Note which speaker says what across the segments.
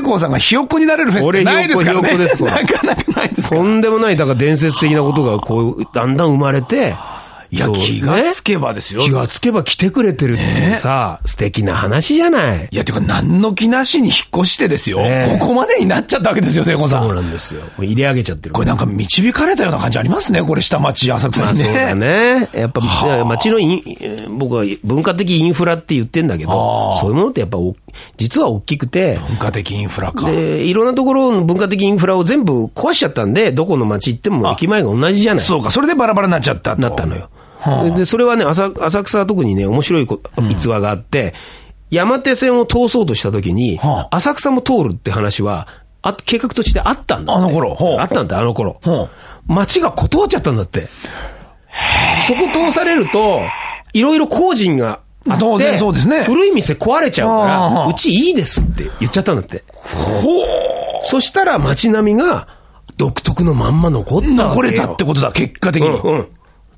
Speaker 1: 宝さんがひよっこになれるフェスってないですからね。
Speaker 2: 俺ひよっこひよっこ
Speaker 1: な
Speaker 2: で
Speaker 1: かなかないですから
Speaker 2: とんでもない、だから伝説的なことが、こう、だんだん生まれて、
Speaker 1: いや、
Speaker 2: そう
Speaker 1: 気がつけばですよ。
Speaker 2: 気がつけば来てくれてるっていうさ、素敵な話じゃない。
Speaker 1: いや、てか、何の気なしに引っ越してですよ。
Speaker 2: ねえ
Speaker 1: ここまでになっちゃったわけですよ、聖子さ。
Speaker 2: そうんなんですよ。もう入れ上げちゃってる。
Speaker 1: これなんか導かれたような感じありますね、これ下町、浅草
Speaker 2: まあ
Speaker 1: にね。
Speaker 2: そうだね。やっぱ、街のイン、えー僕は文化的インフラって言ってんだけど
Speaker 1: あー、
Speaker 2: そういうものってやっぱお、実は大きくて、
Speaker 1: 文化的インフラか。
Speaker 2: で、いろんなところの文化的インフラを全部壊しちゃったんで、どこの街行っても駅前が同じじゃない。
Speaker 1: そうか、それでバラバラになっちゃったと
Speaker 2: なったのよ。で、それはね、浅浅草は特にね、面白いこ逸話があって、山手線を通そうとした時に
Speaker 1: は、あ
Speaker 2: 浅草も通るって話は、あ計画としてあったんだって。
Speaker 1: あの頃ほう
Speaker 2: あったんだ、あの頃
Speaker 1: ほう。
Speaker 2: 町が断っちゃったんだって。そこ通されると、いろいろ工人があって、
Speaker 1: 当然そうですね
Speaker 2: 古い店壊れちゃうか
Speaker 1: はあは
Speaker 2: ら、
Speaker 1: あ
Speaker 2: うちいいですって言っちゃったんだって。
Speaker 1: ほ
Speaker 2: そしたら街並みが独特のまんま残った
Speaker 1: う
Speaker 2: わけよ。
Speaker 1: 残れたってことだ、結果的に。
Speaker 2: うんうん。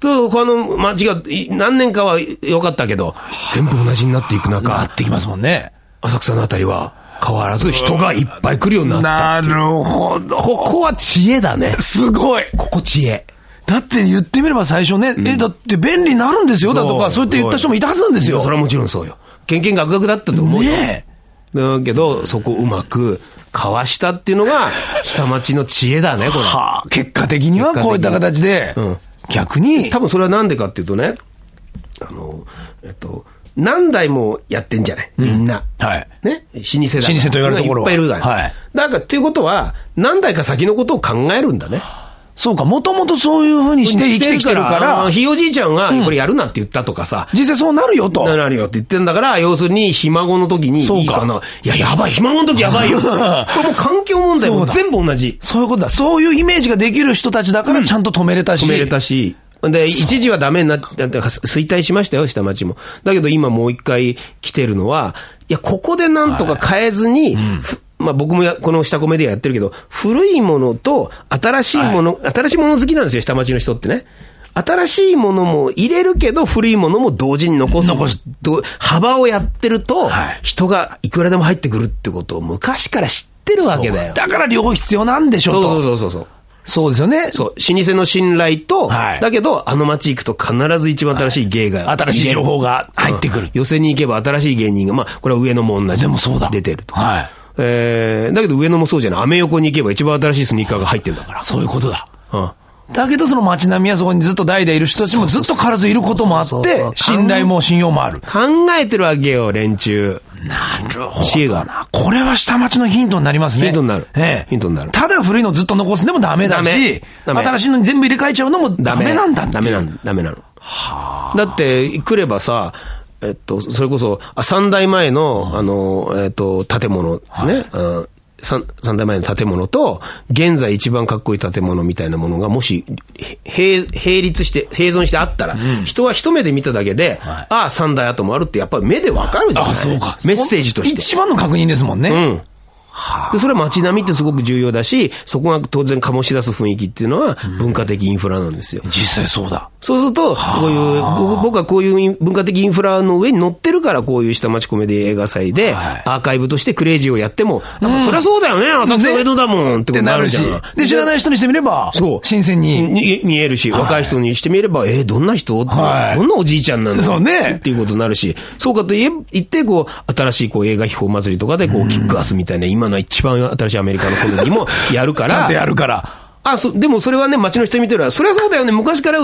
Speaker 2: と、他の街がい何年かは良かったけど、全部同じになっていく
Speaker 1: があ
Speaker 2: 中、
Speaker 1: ってきますもんね。
Speaker 2: 浅草のあたりは変わらず人がいっぱい来るようになった。
Speaker 1: なるほど。
Speaker 2: ここは知恵だね。
Speaker 1: すごい。
Speaker 2: ここ知恵。
Speaker 1: だって言ってみれば最初ね、え、だって便利になるんですよ、だとか、そうやって言った人もいたはずなんですよ
Speaker 2: そ。れはもちろんそうよ。けんけんがくがくだったと思うよ。
Speaker 1: ねえ。
Speaker 2: だけど、そこをうまくかわしたっていうのが、下町の知恵だね、これ。
Speaker 1: はあ、結果的にはこういった形で
Speaker 2: うん、
Speaker 1: 逆に、
Speaker 2: 多分それはなんでかっていうとね、あの、えっと、何代もやってんじゃないみんな。
Speaker 1: はい。
Speaker 2: ね老舗だから。
Speaker 1: 老舗と言われるところはい
Speaker 2: っぱいいるから。
Speaker 1: はい
Speaker 2: だから、っていうことは、何代か先のことを考えるんだね。
Speaker 1: そうか、もともとそういうふうにして生きてきてるか
Speaker 2: あ
Speaker 1: ら
Speaker 2: の、ひいおじいちゃんが、これやるなって言ったとかさ、
Speaker 1: 実際そうなるよと。
Speaker 2: なるよって言ってんだから、要するに、ひ孫の時に、
Speaker 1: そうか
Speaker 2: いいかな。いや、やばい、ひ孫の時やば いよ。これもう環境問題
Speaker 1: そ
Speaker 2: も
Speaker 1: うだ
Speaker 2: 全部同じ。
Speaker 1: そういうことだ。そういうイメージができる人たちだからちゃんと止めれたし。
Speaker 2: 止めれたし。で、一時はダメになって、だって衰退しましたよ、下町も。だけど今もう一回来てるのは、いや、ここでなんとか変えずに、ふまあ僕もやこの下コメディアやってるけど、古いものと新しいもの、新しいもの好きなんですよ、下町の人ってね。新しいものも入れるけど、古いものも同時に残す。
Speaker 1: 残す
Speaker 2: ど幅をやってると
Speaker 1: はい、
Speaker 2: 人がいくらでも入ってくるってことを昔から知ってるわけだよ。
Speaker 1: だから両方必要なんでしょうと。
Speaker 2: そうそうそうそう。
Speaker 1: そうですよね。
Speaker 2: そう、老舗の信頼と、
Speaker 1: はい
Speaker 2: だけど、あの街行くと必ず一番新しい芸が、
Speaker 1: 新しい情報が入ってくる。
Speaker 2: 寄せに行けば新しい芸人が、まあ、これは上野も同じ。
Speaker 1: でもそうだ
Speaker 2: 出てると。
Speaker 1: はい。
Speaker 2: えー、だけど上野もそうじゃない。アメ横に行けば一番新しいスニーカーが入ってんだから。
Speaker 1: そういうことだ。
Speaker 2: うん。
Speaker 1: だけどその街並みはそこにずっと代々いる人たちもずっとからずいることもあっ
Speaker 2: そうそう
Speaker 1: て
Speaker 2: そう、そう
Speaker 1: 信頼も信用もある。
Speaker 2: 考えてるわけよ、連中。
Speaker 1: なるほ
Speaker 2: 知恵がある
Speaker 1: な。これは下町のヒントになりますね。
Speaker 2: ヒントになる
Speaker 1: ええ。
Speaker 2: ヒントになる
Speaker 1: ただ古いのずっと残すでもダメだし、
Speaker 2: ダメダ
Speaker 1: 新
Speaker 2: メ
Speaker 1: しいのに全部入れ替えちゃうのもダメなんだってい
Speaker 2: ダ
Speaker 1: う
Speaker 2: メなんだ。ダメなの。だって、来ればさ、えっと、それこそ、あ三代前の、あの、えっと、建物、ね、うん三三代前の建物と、現在一番かっこいい建物みたいなものが、もし、へ並並立して、並存してあったら、人は一目で見ただけで、ああ、三代後もあるって、やっぱり目でわかるじゃない
Speaker 1: あ、そうか。
Speaker 2: メッセージとして。
Speaker 1: 一番の確認ですもんね。
Speaker 2: うん。でそれは街並みってすごく重要だし、そこが当然醸し出す雰囲気っていうのは文化的インフラなんですよ。
Speaker 1: 実際そうだ。
Speaker 2: そうすると、こういう、僕僕はこういうイン文化的インフラの上に乗ってるから、こういう下町コメディ映画祭で、
Speaker 1: はい
Speaker 2: アーカイブとしてクレイジーをやっても、やっぱそりゃそうだよね、浅草江戸だもんっ
Speaker 1: って
Speaker 2: てことに
Speaker 1: な
Speaker 2: な
Speaker 1: る
Speaker 2: るじゃ
Speaker 1: し
Speaker 2: ん。。
Speaker 1: で、知らない人にしてみれば、
Speaker 2: そう
Speaker 1: 新鮮に。
Speaker 2: に見えるし、若い人にしてみれば、えーどんな人、
Speaker 1: はい
Speaker 2: どんなおじいちゃんなの
Speaker 1: そうね
Speaker 2: っていうことになるし、そうかといえ言って、こう、新しいこう映画秘宝祭りとかで、こう、キックアスみたいな、今の一番新しいアメリカのコメディもやるか ら、
Speaker 1: ちゃんとやるから。
Speaker 2: あ、そ、でもそれはね、街の人に見てるら、そりゃそうだよね、昔から、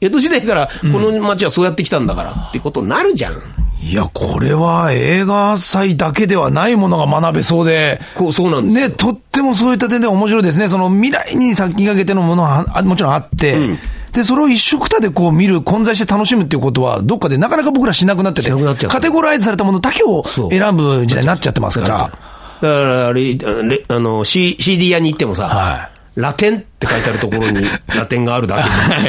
Speaker 2: 江戸時代から、この街はそうやってきたんだから、ってことになるじゃん。
Speaker 1: いや、これは映画祭だけではないものが学べそうで、
Speaker 2: こう、そうなんですよ。
Speaker 1: ね、とってもそういった点で面白いですね。その未来に先駆けてのものはあもちろんあって、で、それを一緒くたでこう見る、混在して楽しむっていうことは、どっかでなかなか僕らしなくなってて、
Speaker 2: しなくなっちゃった
Speaker 1: カテゴライズされたものだけを
Speaker 2: そう
Speaker 1: 選ぶ時代になっちゃってますから。
Speaker 2: だから、レレあの、C、CD 屋に行ってもさ、
Speaker 1: は
Speaker 2: ラテンって書いてあるところにラテンがあるだけじゃん。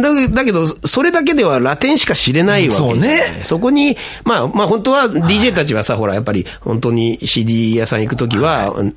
Speaker 2: だだけど、それだけではラテンしか知れないわけじゃない
Speaker 1: そうね
Speaker 2: そこに、まあ、まあ本当は DJ たちはさ、ほら、やっぱり本当に CD 屋さん行くときは、うん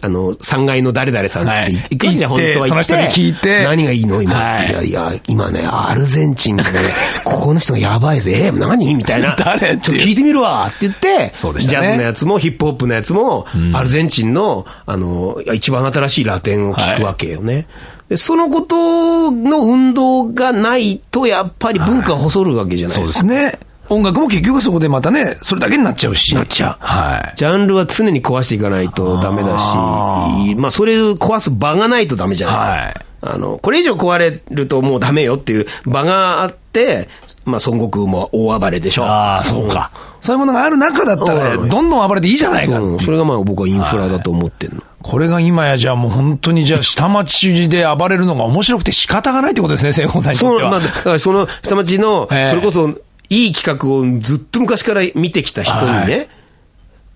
Speaker 2: あの、3階の誰々さんっつっ
Speaker 1: はい
Speaker 2: て行くんじゃん、
Speaker 1: 行って
Speaker 2: 本当は
Speaker 1: その人に聞いて
Speaker 2: 何がいいの今、
Speaker 1: はい
Speaker 2: い、や、いや、今ね、アルゼンチンのね、 ここの人がやばいぜ。え、何みたいな。
Speaker 1: 誰っていう
Speaker 2: ちょっと聞いてみるわって言って、
Speaker 1: そうでし
Speaker 2: ジ
Speaker 1: た
Speaker 2: ャ
Speaker 1: ね
Speaker 2: ズのやつもヒップホップのやつも、アルゼンチンの、あの、一番新しいラテンを聞くわけよね。でそのことの運動がないと、やっぱり文化は細るわけじゃない
Speaker 1: そう
Speaker 2: で
Speaker 1: です
Speaker 2: か。
Speaker 1: すね。音楽も結局そこでまたね、それだけになっちゃうし。なっちゃう。はい。
Speaker 2: ジャンルは常に壊していかないとダメだし、
Speaker 1: あ
Speaker 2: まあそれを壊す場がないとダメじゃないですか。
Speaker 1: はい
Speaker 2: あの、これ以上壊れるともうダメよっていう場があって、まあ孫悟空も大暴れでしょ。
Speaker 1: ああ、そうか。そういうものがある中だったら、
Speaker 2: うん
Speaker 1: どんどん暴れていいじゃないか。
Speaker 2: うんそれがまあ僕はインフラだと思ってるの。
Speaker 1: これが今やじゃあもう本当にじゃあ下町で暴れるのが面白くて仕方がないってことですね、聖子さんにと
Speaker 2: そ
Speaker 1: っ
Speaker 2: う、
Speaker 1: て
Speaker 2: まあ、
Speaker 1: は。
Speaker 2: だからその下町の、そ
Speaker 1: ええ
Speaker 2: れこそ、いい企画をずっと昔から見てきた人に
Speaker 1: は
Speaker 2: ね、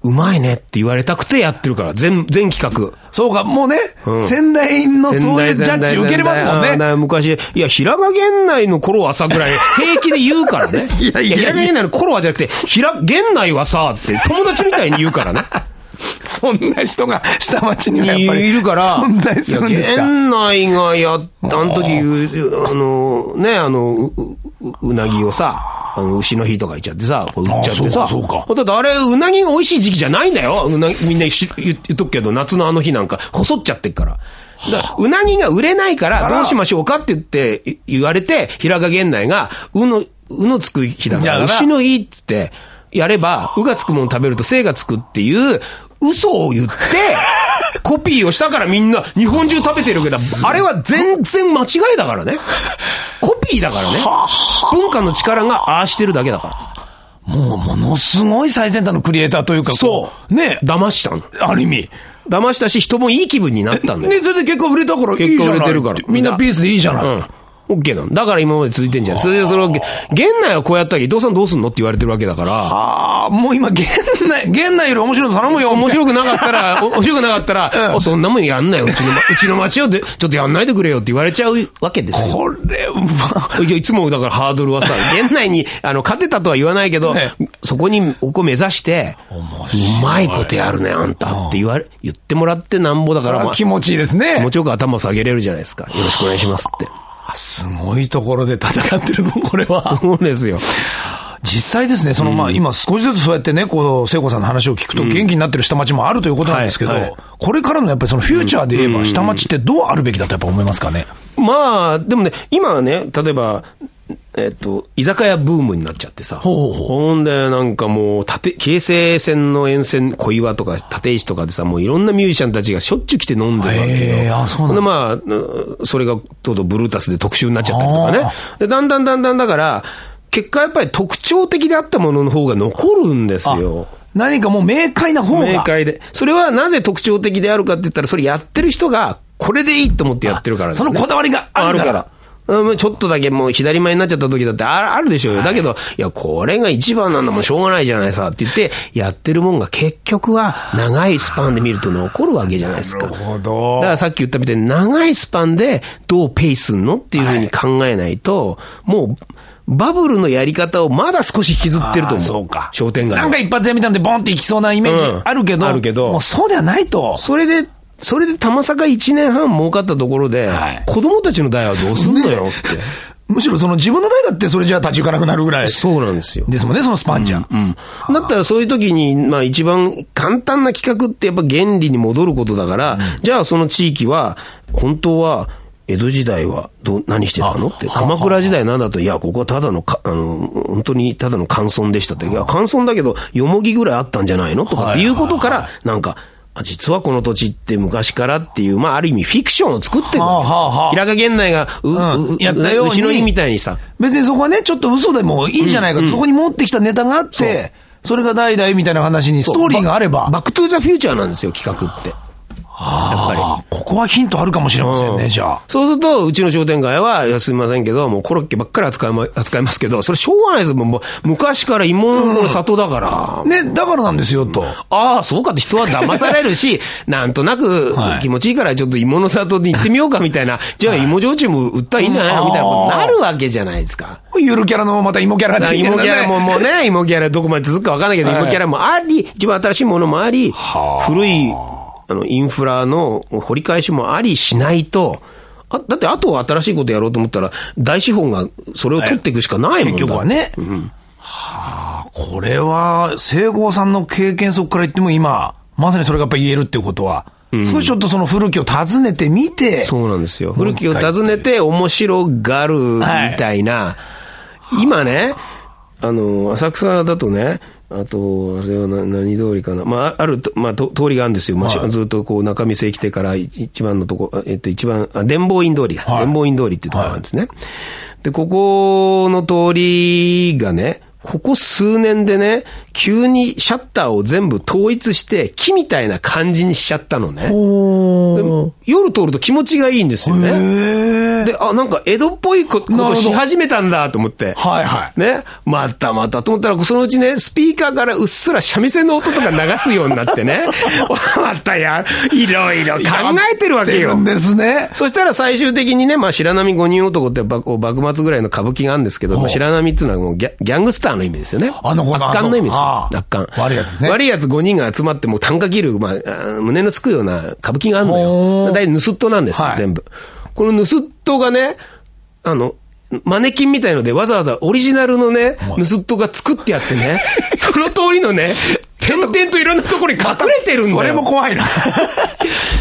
Speaker 2: うまいねって言われたくてやってるから、全、全企画。
Speaker 1: そうか、もうね
Speaker 2: う、ん
Speaker 1: 先代のそういうジャッジ受けれますもん
Speaker 2: あーだか
Speaker 1: ね。
Speaker 2: ら昔、いや、平賀源内の頃はさ、ぐらい平気で言うからね。
Speaker 1: いやいやいや
Speaker 2: 平賀源内の頃はじゃなくて、平、源内はさ、って友達みたいに言うからね。
Speaker 1: そんな人が下町にはやっぱり
Speaker 2: いるから、
Speaker 1: 存在するんです
Speaker 2: いや
Speaker 1: か。
Speaker 2: 源内がやった、あの時、うあの、ね、あの、う、うううなぎをさ、あの、牛の日とか言っちゃってさ、こう売っちゃって
Speaker 1: あ
Speaker 2: さ。
Speaker 1: そうかそうか
Speaker 2: だってあれ、うなぎが美味しい時期じゃないんだよ。うなぎみんなし言言っとくけど、夏のあの日なんか、細っちゃってっから。だからうなぎが売れないから、どうしましょうかって言って、い言われて、平賀源内が、うの、うのつく日だか
Speaker 1: じゃあ
Speaker 2: ら、牛の日っつって、やれば、うがつくもの食べると精がつくっていう、嘘を言 って、コピーをしたからみんな日本中食べてるけど、あれは全然間違いだからね。コピーだからね。文化の力がああしてるだけだか
Speaker 1: もうものすごい最先端のクリエイターというか、
Speaker 2: そ
Speaker 1: こう。ね
Speaker 2: ら。騙したの。
Speaker 1: ある意味。
Speaker 2: 騙したし、人もいい気分になったんだよ。
Speaker 1: ね、それで結構売れたからいいじゃない。
Speaker 2: 結構売れてるから
Speaker 1: みんなピースでいいじゃない。
Speaker 2: うん。オッケーなの。だから今まで続いてんじゃない。それでそれを、源内はこうやったけど、伊藤さんどうすんのって言われてるわけだから。
Speaker 1: ああ、もう今、現内、現内より面白いの頼むよ、
Speaker 2: 面
Speaker 1: 面白い。
Speaker 2: 白くなかった ら、お面白くなかったら、おそんなもんやんなよ。うちの、うちの町をで、ちょっとやんないでくれよって言われちゃうわけですよ。
Speaker 1: これは、
Speaker 2: いや、いつもだからハードルはさ、現内に、あの、勝てたとは言わないけど
Speaker 1: え、
Speaker 2: そこに、ここ目指して、うまいことやるね、あんたって言われ、言ってもらってなんぼだから、まあ
Speaker 1: 気持ちいいです
Speaker 2: 気
Speaker 1: ね
Speaker 2: 持。ちよく頭を下げれるじゃないですか。よろしくお願いしますって。
Speaker 1: すごいところで戦ってるぞ、これは。
Speaker 2: そうですよ。
Speaker 1: 実際ですね、そのまあ今少しずつそうやってね、こう、聖子さんの話を聞くと元気になってる下町もあるということなんですけど
Speaker 2: はいはい、
Speaker 1: これからのやっぱりそのフューチャーで言えば下町ってどうあるべきだとやっぱ思いますかね。
Speaker 2: まあ、でもね、今はね、例えば、えっと、居酒屋ブームになっちゃってさ。
Speaker 1: ほうほう
Speaker 2: ほんで、なんかもう、縦、京成線の沿線、小岩とか立石とかでさ、もういろんなミュージシャンたちがしょっちゅう来て飲んでるわけよ。
Speaker 1: へーあそうなんだ
Speaker 2: ほで、まあうん、それが、とうとうブルータスで特集になっちゃったりとかね
Speaker 1: あ。
Speaker 2: で、だんだんだんだんだから、結果やっぱり特徴的であったものの方が残るんですよ。
Speaker 1: 何かもう明快な方が。
Speaker 2: 明快で。それはなぜ特徴的であるかって言ったら、それやってる人が、これでいいと思ってやってるから、ね、
Speaker 1: そのこだわりがあ
Speaker 2: あ
Speaker 1: る
Speaker 2: る
Speaker 1: か
Speaker 2: からら。。うん、ちょっとだけもう左前になっちゃった時だってああるでしょうよ。だけど、いや、これが一番なんだもんしょうがないじゃないさって言って、やってるもんが結局は長いスパンで見ると残るわけじゃないですか。だ
Speaker 1: ほ
Speaker 2: からさっき言ったみたいに長いスパンでどうペイすんのっていうふうに考えないと、もうバブルのやり方をまだ少し引きずってる
Speaker 1: あ
Speaker 2: と思う。
Speaker 1: ーそうか
Speaker 2: 商店街は
Speaker 1: なんか一発屋みたいなんでボンっていきそうなイメー
Speaker 2: う
Speaker 1: ジ
Speaker 2: ん
Speaker 1: あるけど、
Speaker 2: あるけど
Speaker 1: もうそうではないと。
Speaker 2: それで、それで玉坂1年半儲かったところで、
Speaker 1: はい
Speaker 2: 子供たちの代はどうすんのよ って。
Speaker 1: むしろその自分の代だってそれじゃ立ち行かなくなるぐらい。
Speaker 2: そうなんですよ。
Speaker 1: ですもんね、そのスパンじゃ。うん。
Speaker 2: だったらそういう時に、まあ一番簡単な企画ってやっぱ原理に戻ることだから、じゃあその地域は、本当は、江戸時代はどう何してたのって、鎌倉時代なんだと、いや、ここはただのか、あの、本当にただの乾村でしたって、いや、乾村だけど、よもぎぐらいあったんじゃないのとかっていうことから、なんか、あ実はこの土地って昔からっていう、まあある意味フィクションを作ってる
Speaker 1: はあはあはあ
Speaker 2: の。平賀源内が、う、
Speaker 1: うん
Speaker 2: う、う
Speaker 1: やったように
Speaker 2: 牛の日みたいにさ、
Speaker 1: 別にそこはね、ちょっと嘘でもいいんじゃないかと、そこに持ってきたネタがあって、それが代々みたいな話にストーリーがあれば。
Speaker 2: バックトゥーザフューチャーなんですよ、企画って。やっぱり。
Speaker 1: あーここはヒントあるかもしれません
Speaker 2: う
Speaker 1: ね、
Speaker 2: ん
Speaker 1: じゃあ。
Speaker 2: そうすると、うちの商店街は、いやすみませんけど、もうコロッケばっかり扱い,、ま、扱いますけど、それしょうがないですもうもう、昔から芋のこの里だから。
Speaker 1: ね、だからなんですよ、と。
Speaker 2: ああ、そうかって人は騙され るし、なんとなく
Speaker 1: はい
Speaker 2: 気持ちいいからちょっと芋の里に行ってみようかみたいな、じゃあ芋焼酎も売ったらいいんじゃないの
Speaker 1: うん
Speaker 2: みたいなことになるわけじゃないですか。
Speaker 1: ゆるキャラのまた芋キャラで
Speaker 2: 芋キャラも
Speaker 1: ね
Speaker 2: も うね、芋キャラどこまで続くかわかんないけど、
Speaker 1: はい
Speaker 2: 芋キャラもあり、一番新しいものもあり、古いあのインフラの掘り返しもありしないと、あだってあとは新しいことやろうと思ったら、大資本がそれを取っていくしかないもんだ
Speaker 1: 結局はね。はあ、これは、西郷さんの経験則から言っても今、まさにそれがやっぱ言えるっていうことは、少しちょっとその古きを訪ねてみて、
Speaker 2: そうなんですよ。
Speaker 1: もう
Speaker 2: 古
Speaker 1: 一
Speaker 2: き
Speaker 1: 回
Speaker 2: を訪ねて面白がるみたいな、今ね、あの、浅草だとね、あと、あれはな何通りかな。まあ、あると、まあ、と通りがあるんですよ。まあし
Speaker 1: は
Speaker 2: ずっとこう、中見世来てからい一番のとこ、あえっと、一番、あ、伝法院通りだ。
Speaker 1: はい
Speaker 2: 伝法院通りっていうところなんですね。で、ここの通りがね、ここ数年でね、急にシャッターを全部統一して、木みたいな感じにしちゃったのね。で
Speaker 1: おー
Speaker 2: 夜通ると気持ちがいいんですよ
Speaker 1: へ
Speaker 2: ね。
Speaker 1: ー
Speaker 2: で、あ、なんか江戸っぽいここ
Speaker 1: なるほ
Speaker 2: と
Speaker 1: ど
Speaker 2: し始めたんだと思って。
Speaker 1: はいはい。
Speaker 2: ね、またまたと思ったら、そのうちね、スピーカーからうっすら三味線の音とか流すようになってね、 またや、いろいろ考えてるわけ
Speaker 1: や
Speaker 2: よ
Speaker 1: ってる。んですね。
Speaker 2: そしたら最終的にね、まあ、白波五人男ってばこう幕末ぐらいの歌舞伎があるんですけど、まあ白波っていうのはもうギャギャングスターの意味ですよね。
Speaker 1: あの子の
Speaker 2: 圧巻の意味ですよ
Speaker 1: あ。の
Speaker 2: 圧巻。
Speaker 1: 悪いやつね
Speaker 2: 悪いやつ5人が集まって、もう単価切る、まああー、胸のすくような歌舞伎があるの
Speaker 1: ほ
Speaker 2: よ。
Speaker 1: う
Speaker 2: 大体盗っ人なんですよ、
Speaker 1: はい
Speaker 2: 全部。この盗っ人がね、あの、マネキンみたいので、わざわざオリジナルのね、盗っ人が作ってやってね、その通り のね、点々といろんなところに隠れてるんだよ。
Speaker 1: それも怖 いな。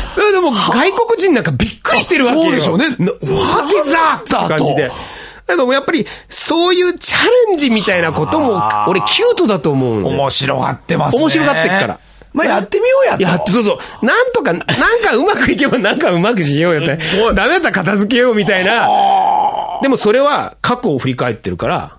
Speaker 2: それでもう外国人なんかびっくりしてるわけよ。
Speaker 1: あそうでしょうね
Speaker 2: なわけざって感じで
Speaker 1: と。
Speaker 2: あの、やっぱり、そういうチャレンジみたいなことも、
Speaker 1: はあ
Speaker 2: 俺キュートだと思うのよ。
Speaker 1: 面白がってますね。
Speaker 2: 面白がってっから。
Speaker 1: まあやってみようやと。
Speaker 2: いや、そうそう。なんとか、なんかうまくいけば なんかうまくしようよって。ダメだったら片付けようみたいな。でもそれは過去を振り返ってるから、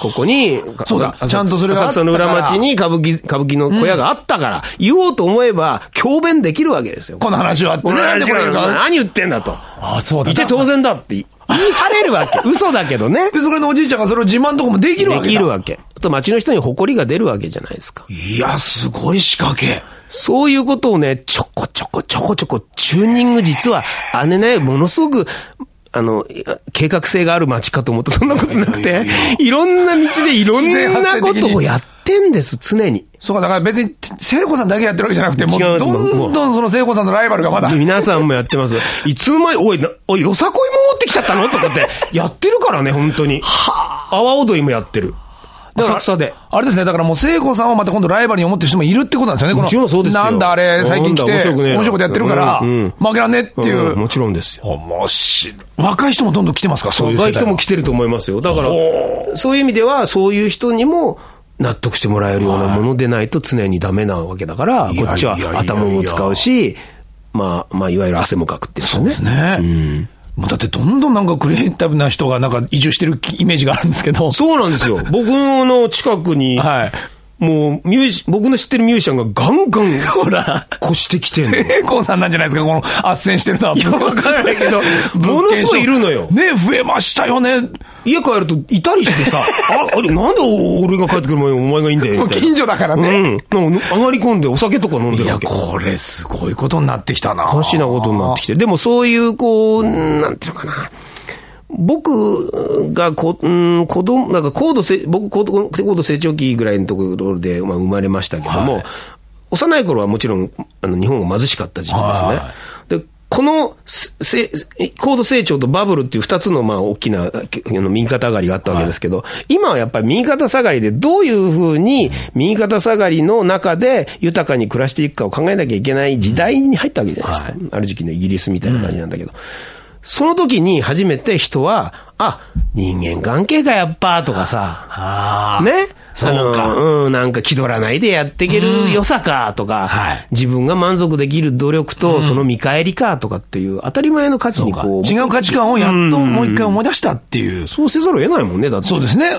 Speaker 2: ここに、
Speaker 1: そうだ
Speaker 2: 浅草
Speaker 1: ちゃんとそれがあ
Speaker 2: 浅
Speaker 1: ったか
Speaker 2: 草
Speaker 1: ら
Speaker 2: の裏町に歌舞伎、歌舞伎の小屋があったから、言おうと思えば、強弁できるわけですよ。
Speaker 1: この話はあってね。なんでこれ言うか。
Speaker 2: 何言ってんだと。
Speaker 1: あ、そうだ。
Speaker 2: いて当然だって言い張れる わけ。嘘だけどね。
Speaker 1: で、それのおじいちゃんがそれを自慢とかもできる
Speaker 2: で
Speaker 1: わけだ
Speaker 2: きるわけ。あと街の人に誇りが出るわけじゃないですか。
Speaker 1: いや、すごい仕掛け。
Speaker 2: そういうことをね、ちょこちょこちょこちょこ、チューニング実は、あれね、ものすごく、あの、いや計画性がある街かと思って、そんなことなく
Speaker 1: いや
Speaker 2: て
Speaker 1: いや、
Speaker 2: いろんな道でいろんなことをやってんです、常に。
Speaker 1: そうか、だから別に、聖子さんだけやってるわけじゃなくて、もう、
Speaker 2: 違う
Speaker 1: どんどんその聖子さんのライバルがまだ。
Speaker 2: 皆さんもやってます。いつの間に、おい、なおい、よさこいも持ってきちゃったのとかって、やってるからね、本当に。阿波踊りもやってる。浅草で。
Speaker 1: あれですね、だからもう聖子さんをまた今度ライバルに思ってる人もいるってことなんですよね、この。
Speaker 2: もちろんそうですよ
Speaker 1: なんだあれ、最近来て、
Speaker 2: なんだ面白くねえな
Speaker 1: 面白いことやってるから、
Speaker 2: うんうん
Speaker 1: 負けらんねえっていう。
Speaker 2: うんもちろんですよ。
Speaker 1: 面白い。若い人もどんどん来てますか、そういう世
Speaker 2: 若い
Speaker 1: 代は
Speaker 2: 人も来てると思いますよ。だから
Speaker 1: お、
Speaker 2: そういう意味では、そういう人にも納得してもらえるようなものでないと常にダメなわけだから、
Speaker 1: いや
Speaker 2: こっちはい
Speaker 1: やいや
Speaker 2: 頭も使うし、まあ、まあ、いわゆる汗もかくっていうか
Speaker 1: そうで
Speaker 2: ね。
Speaker 1: すね。もうだってどんどんなんかクリエイタブな人がなんか移住してるイメージがあるんですけど。
Speaker 2: そうなん ですよ。僕の近くに、
Speaker 1: はい。
Speaker 2: もうミュージ、僕の知ってるミュージシャンがガンガン
Speaker 1: ほら、
Speaker 2: 越してきてんの。
Speaker 1: 平行さんなんじゃないですか、この圧旋してるのは。いや、
Speaker 2: わからないけ どものすごいいるのよ
Speaker 1: ね、増えましたよね。
Speaker 2: 家帰るといたりしてさ、あ、あれ、なんで俺が帰ってくる前にお前がいいんだよ、
Speaker 1: もう
Speaker 2: みたい な
Speaker 1: 近。所だから
Speaker 2: う
Speaker 1: ね。
Speaker 2: ん。なんか上がり込んでお酒とか飲んで
Speaker 1: い
Speaker 2: る
Speaker 1: や、
Speaker 2: わけ。
Speaker 1: これすごいことになってきたな。
Speaker 2: おかしなことになってきて。でもそういう、こう、うんなんていうのかな。僕がこ、うん、子供、なんか高度せ、僕高度、高度成長期ぐらいのところで、まあ、生まれましたけども、幼い頃はもちろん、あの、日本が貧しかった時期ですね。
Speaker 1: は
Speaker 2: で、このせ、せ高度成長とバブルっていう二つの、まあ、大きな、あの、右肩上がりがあったわけですけど、今はやっぱり右肩下がりで、どういうふうに右肩下がりの中で豊かに暮らしていくかを考えなきゃいけない時代に入ったわけじゃないですか。ある時期のイギリスみたいな感じなんだけど。その時に初めて人は、あ、人間関係がやっぱ、とかさ、
Speaker 1: ああ。
Speaker 2: ね。
Speaker 1: そうか
Speaker 2: あの、うん、なんか気取らないでやっていける良さかとか、
Speaker 1: はい
Speaker 2: 自分が満足できる努力とその見返りかとかっていう当たり前の価値にこう、
Speaker 1: 違う価値観をやっともう一回思い出したっていう。
Speaker 2: そうせざるを得ないもんね、だって。
Speaker 1: そうですね。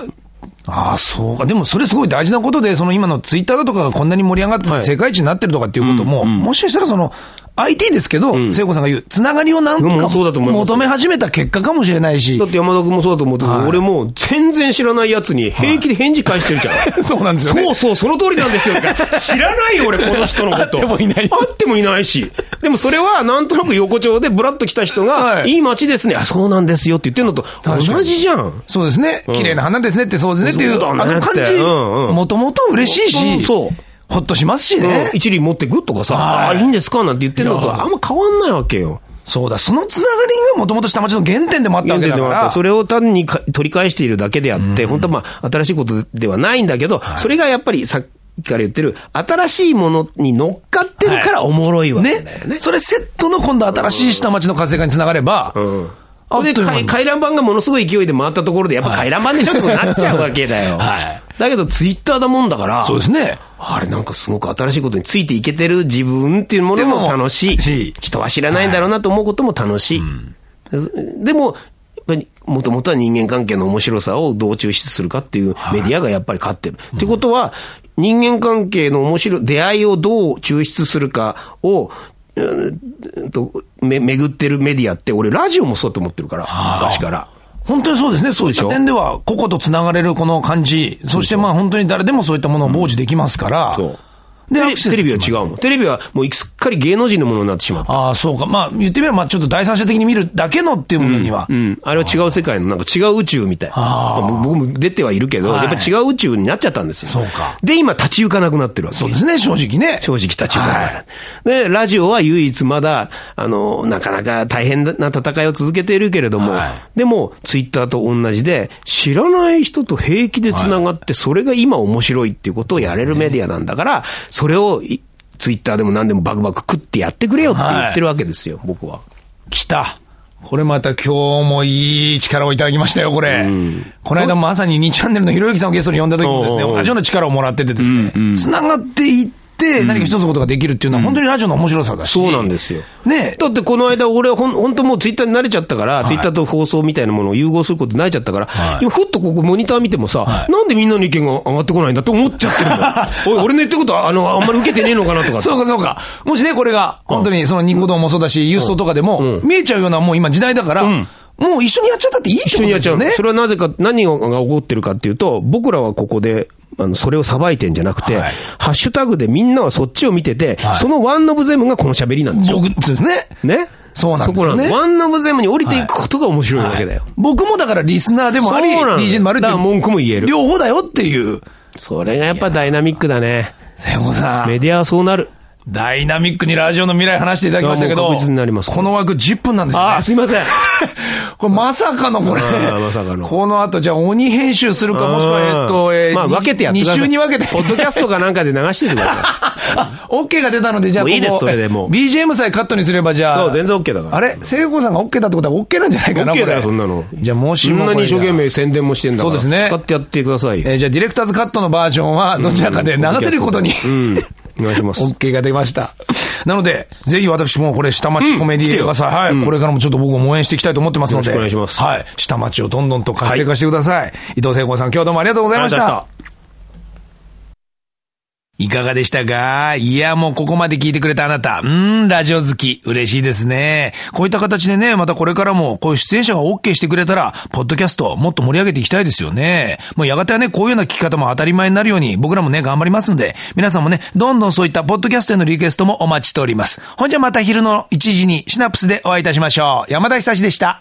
Speaker 1: ああ、そうか。でもそれすごい大事なことで、その今のツイッターだとかがこんなに盛り上がって
Speaker 2: はい
Speaker 1: 世界一になってるとかっていうことも、もしかしたらその、IT ですけど、聖子さんが言う、つながりをなん
Speaker 2: うんも
Speaker 1: か
Speaker 2: うそうだと思います
Speaker 1: 求め始めた結果かもしれないし
Speaker 2: だっ、て山田君もそうだと思うけど、
Speaker 1: はい
Speaker 2: 俺もう全然知らないやつに平気で返事返してるじゃん。
Speaker 1: そうなんですよね
Speaker 2: そうそう、その通りなんですよって。知らないよ、俺、この人のこと。
Speaker 1: 会ってもいない
Speaker 2: 会ってもいないし。でもそれは、なんとなく横丁でブラッと来た人が、、
Speaker 1: はいい
Speaker 2: い街ですね。あ、そうなんですよって言ってるのと
Speaker 1: かに
Speaker 2: 同じじゃん。
Speaker 1: そうですね、綺麗な花ですねって、そうですねっていう、
Speaker 2: そう
Speaker 1: あ
Speaker 2: だね
Speaker 1: の
Speaker 2: って
Speaker 1: 感じ、
Speaker 2: うんうん
Speaker 1: もともと嬉しい
Speaker 2: うん
Speaker 1: し、
Speaker 2: そう
Speaker 1: ほっとしますしね。
Speaker 2: 一輪持ってくとかさ、
Speaker 1: はい
Speaker 2: ああー、いいんですかなんて言ってるのとあんま変わんないわけよ。
Speaker 1: そうだ、そのつながりがもともと下町の原点でもあったわけだ
Speaker 2: で
Speaker 1: か
Speaker 2: も
Speaker 1: ら、
Speaker 2: それを単にか取り返しているだけであって、本当はまあ、新しいことではないんだけど、それがやっぱりさっきから言ってる、新しいものに乗っかってるからおもろいわけだよね。
Speaker 1: ね、それセットの今度新しい下町の活性化につながれば、
Speaker 2: うん。
Speaker 1: あっとい
Speaker 2: で、
Speaker 1: う間
Speaker 2: 回
Speaker 1: に
Speaker 2: 回覧板がものすごい勢いで回ったところで、やっぱ回覧板でしょってことになっちゃうわけだよ。
Speaker 1: はい
Speaker 2: だけど、ツイッターだもんだから、
Speaker 1: そうですね。
Speaker 2: あれなんかすごく新しいことについていけてる自分っていうもの
Speaker 1: で
Speaker 2: も
Speaker 1: も
Speaker 2: 楽しい。
Speaker 1: し
Speaker 2: 人は知らないんだろうなと思うことも楽しい。でも、やっぱりもともとは人間関係の面白さをどう抽出するかっていうメディアがやっぱり勝ってる。ってことは、人間関係の面白い、出会いをどう抽出するかを、うんと、め、巡ってるメディアって、俺ラジオもそうだと思ってるから、昔から。
Speaker 1: 本当にそうですね、そういった点では、個々とつながれるこの感じ、そしてまあ本当に誰でもそういったものを傍受できますから、
Speaker 2: そう
Speaker 1: で
Speaker 2: テ
Speaker 1: ア
Speaker 2: レ
Speaker 1: クセス
Speaker 2: テレビは違うもん。テレビはもうすっかり芸能人のものになってしまった。
Speaker 1: ああ、そうか、まあ言ってみれば、まあちょっと第三者的に見るだけのっていうものには、
Speaker 2: うん、あれは違う世界の、なんか違う宇宙みたい。
Speaker 1: あ
Speaker 2: まあ僕も出てはいるけど、
Speaker 1: はい
Speaker 2: やっぱ違う宇宙になっちゃったんですよ。
Speaker 1: そうか
Speaker 2: で、今立ち行かなくなってるわけ。
Speaker 1: そうですね、正直ね。
Speaker 2: 正直立ち行かなくなった
Speaker 1: はい
Speaker 2: で、ラジオは唯一まだ、あの、なかなか大変な戦いを続けているけれども、
Speaker 1: はい
Speaker 2: でも、ツイッターと同じで、知らない人と平気で繋がって、それが今面白いっていうことをやれるメディアなんだから、それをいツイッターでも何でもバクバク食ってやってくれよって言ってるわけですよ、僕は。
Speaker 1: 来た。これまた今日もいい力をいただきましたよ、これ。この間も朝に2チャンネルのひろゆきさんをゲストに呼んだ時もですね、
Speaker 2: おうおう
Speaker 1: 同じような力をもらっててですね、つながっていって何か一つことができるっていうのは本当にラジオの面白さだし。
Speaker 2: そうなんですよ。
Speaker 1: ね
Speaker 2: だってこの間、俺ほん、本当もうツイッターに慣れちゃったから、ツイッターと放送みたいなものを融合することに慣れちゃったから、今、ふっとここ、モニター見てもさ、なんでみんなの意見が上がってこないんだって思っちゃってるんだ よおい、俺の言ってることはあの、あんまり受けてねえのかなとかさ
Speaker 1: そうかそうか。もしね、これが、本当にそのニコ動もそうだし、ユーストとかでも、見えちゃうようなもう今時代だから、もう一緒にやっちゃったっていいって
Speaker 2: 一
Speaker 1: こ
Speaker 2: 緒
Speaker 1: と
Speaker 2: にや
Speaker 1: で
Speaker 2: っち
Speaker 1: す
Speaker 2: ゃ
Speaker 1: よ
Speaker 2: うの。
Speaker 1: ね
Speaker 2: そ。れはなぜか、何が起こってるかっていうと、僕らはここで、あの、それをさばいてんじゃなくて、
Speaker 1: はい
Speaker 2: ハッシュタグでみんなはそっちを見てて、
Speaker 1: い
Speaker 2: そのワンノブゼムがこの喋りなんですよ。
Speaker 1: 僕ですね。
Speaker 2: ね。
Speaker 1: そうなんですよね
Speaker 2: そこなんだワンノブゼムに降りていくことが面白いわけだよ。
Speaker 1: 僕もだからリスナーでもあり、
Speaker 2: そうなの
Speaker 1: DJ でもあるってい
Speaker 2: だから文句も言え
Speaker 1: う。
Speaker 2: る
Speaker 1: 両方だよっていう。
Speaker 2: それがやっぱダイナミックだね。
Speaker 1: 聖子さん。
Speaker 2: メディアはそうなる。
Speaker 1: ダイナミックにラジオの未来話していただきましたけ
Speaker 2: いや
Speaker 1: ど、
Speaker 2: もう確実になります
Speaker 1: この枠10分なんですよ、ね。
Speaker 2: ああ、すいません。
Speaker 1: これまさかのこれ
Speaker 2: ああ。まさかの
Speaker 1: この後、じゃあ鬼編集するか、もしくは、えっと、え
Speaker 2: まあ、分けてやってください。
Speaker 1: 2週に分けて。
Speaker 2: ポッドキャストかなんかで流しててくだ さ
Speaker 1: あ、OK が出たので、じゃあ
Speaker 2: もういいです
Speaker 1: ここ
Speaker 2: それでもう
Speaker 1: BGM さえカットにすれば、じゃあ。
Speaker 2: そう全然 OK だから
Speaker 1: あれ聖子さんが OK だってことは OK なんじゃないかな、
Speaker 2: い。OK だよ、
Speaker 1: こ
Speaker 2: そ
Speaker 1: れ
Speaker 2: んなの。
Speaker 1: じゃあ、もし
Speaker 2: そん
Speaker 1: もこ
Speaker 2: な
Speaker 1: れ
Speaker 2: に
Speaker 1: じゃあ。
Speaker 2: 一生懸命宣伝もしてんだから。
Speaker 1: そうですね
Speaker 2: 使ってやってくださいよ。
Speaker 1: えーじゃあ、ディレクターズカットのバージョンは、どちらかで流せることに。
Speaker 2: うん。お願いします。
Speaker 1: OK が出ました。 なので、ぜひ私もこれ、下町コメディ映画祭、はい、これからもちょっと僕も応援していきたいと思ってますので、
Speaker 2: よろしくお願いします
Speaker 1: はい、下町をどんどんと活性化してください。伊藤聖子さん、今日はどうもありがとうございまし。
Speaker 2: ありがとうございました
Speaker 1: いかがでしたかいや、もうここまで聞いてくれたあなた。うーん、ラジオ好き。嬉しいですね。こういった形でね、またこれからも、こういう出演者が OK してくれたら、ポッドキャスト、もっと盛り上げていきたいですよね。もうやがてはね、こういうような聞き方も当たり前になるように、僕らもね、頑張りますんで、皆さんもね、どんどんそういったポッドキャストへのリクエストもお待ちしております。ほんじゃまた昼の1時に、シナプスでお会いいたしましょう。山田久志でした。